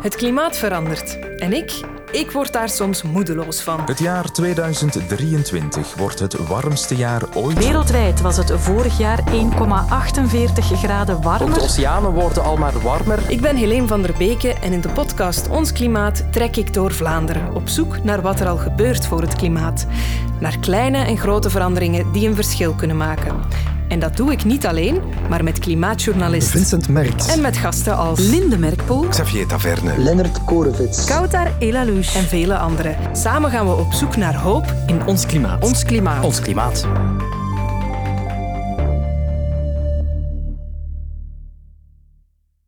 Het klimaat verandert. En ik, ik word daar soms moedeloos van. Het jaar 2023 wordt het warmste jaar ooit. Wereldwijd was het vorig jaar 1,48 graden Ook de warmer. oceanen worden al maar warmer. Ik ben Helene van der Beken en in de podcast Ons Klimaat trek ik door Vlaanderen op zoek naar wat er al gebeurt voor het klimaat. Naar kleine en grote veranderingen die een verschil kunnen maken. En dat doe ik niet alleen, maar met klimaatjournalist Vincent Merkt. en met gasten als Linde Merkpoel Xavier Taverne. Leonard Korovits. Kautar Elalouche. en vele anderen. Samen gaan we op zoek naar hoop in ons klimaat. ons klimaat. Ons klimaat.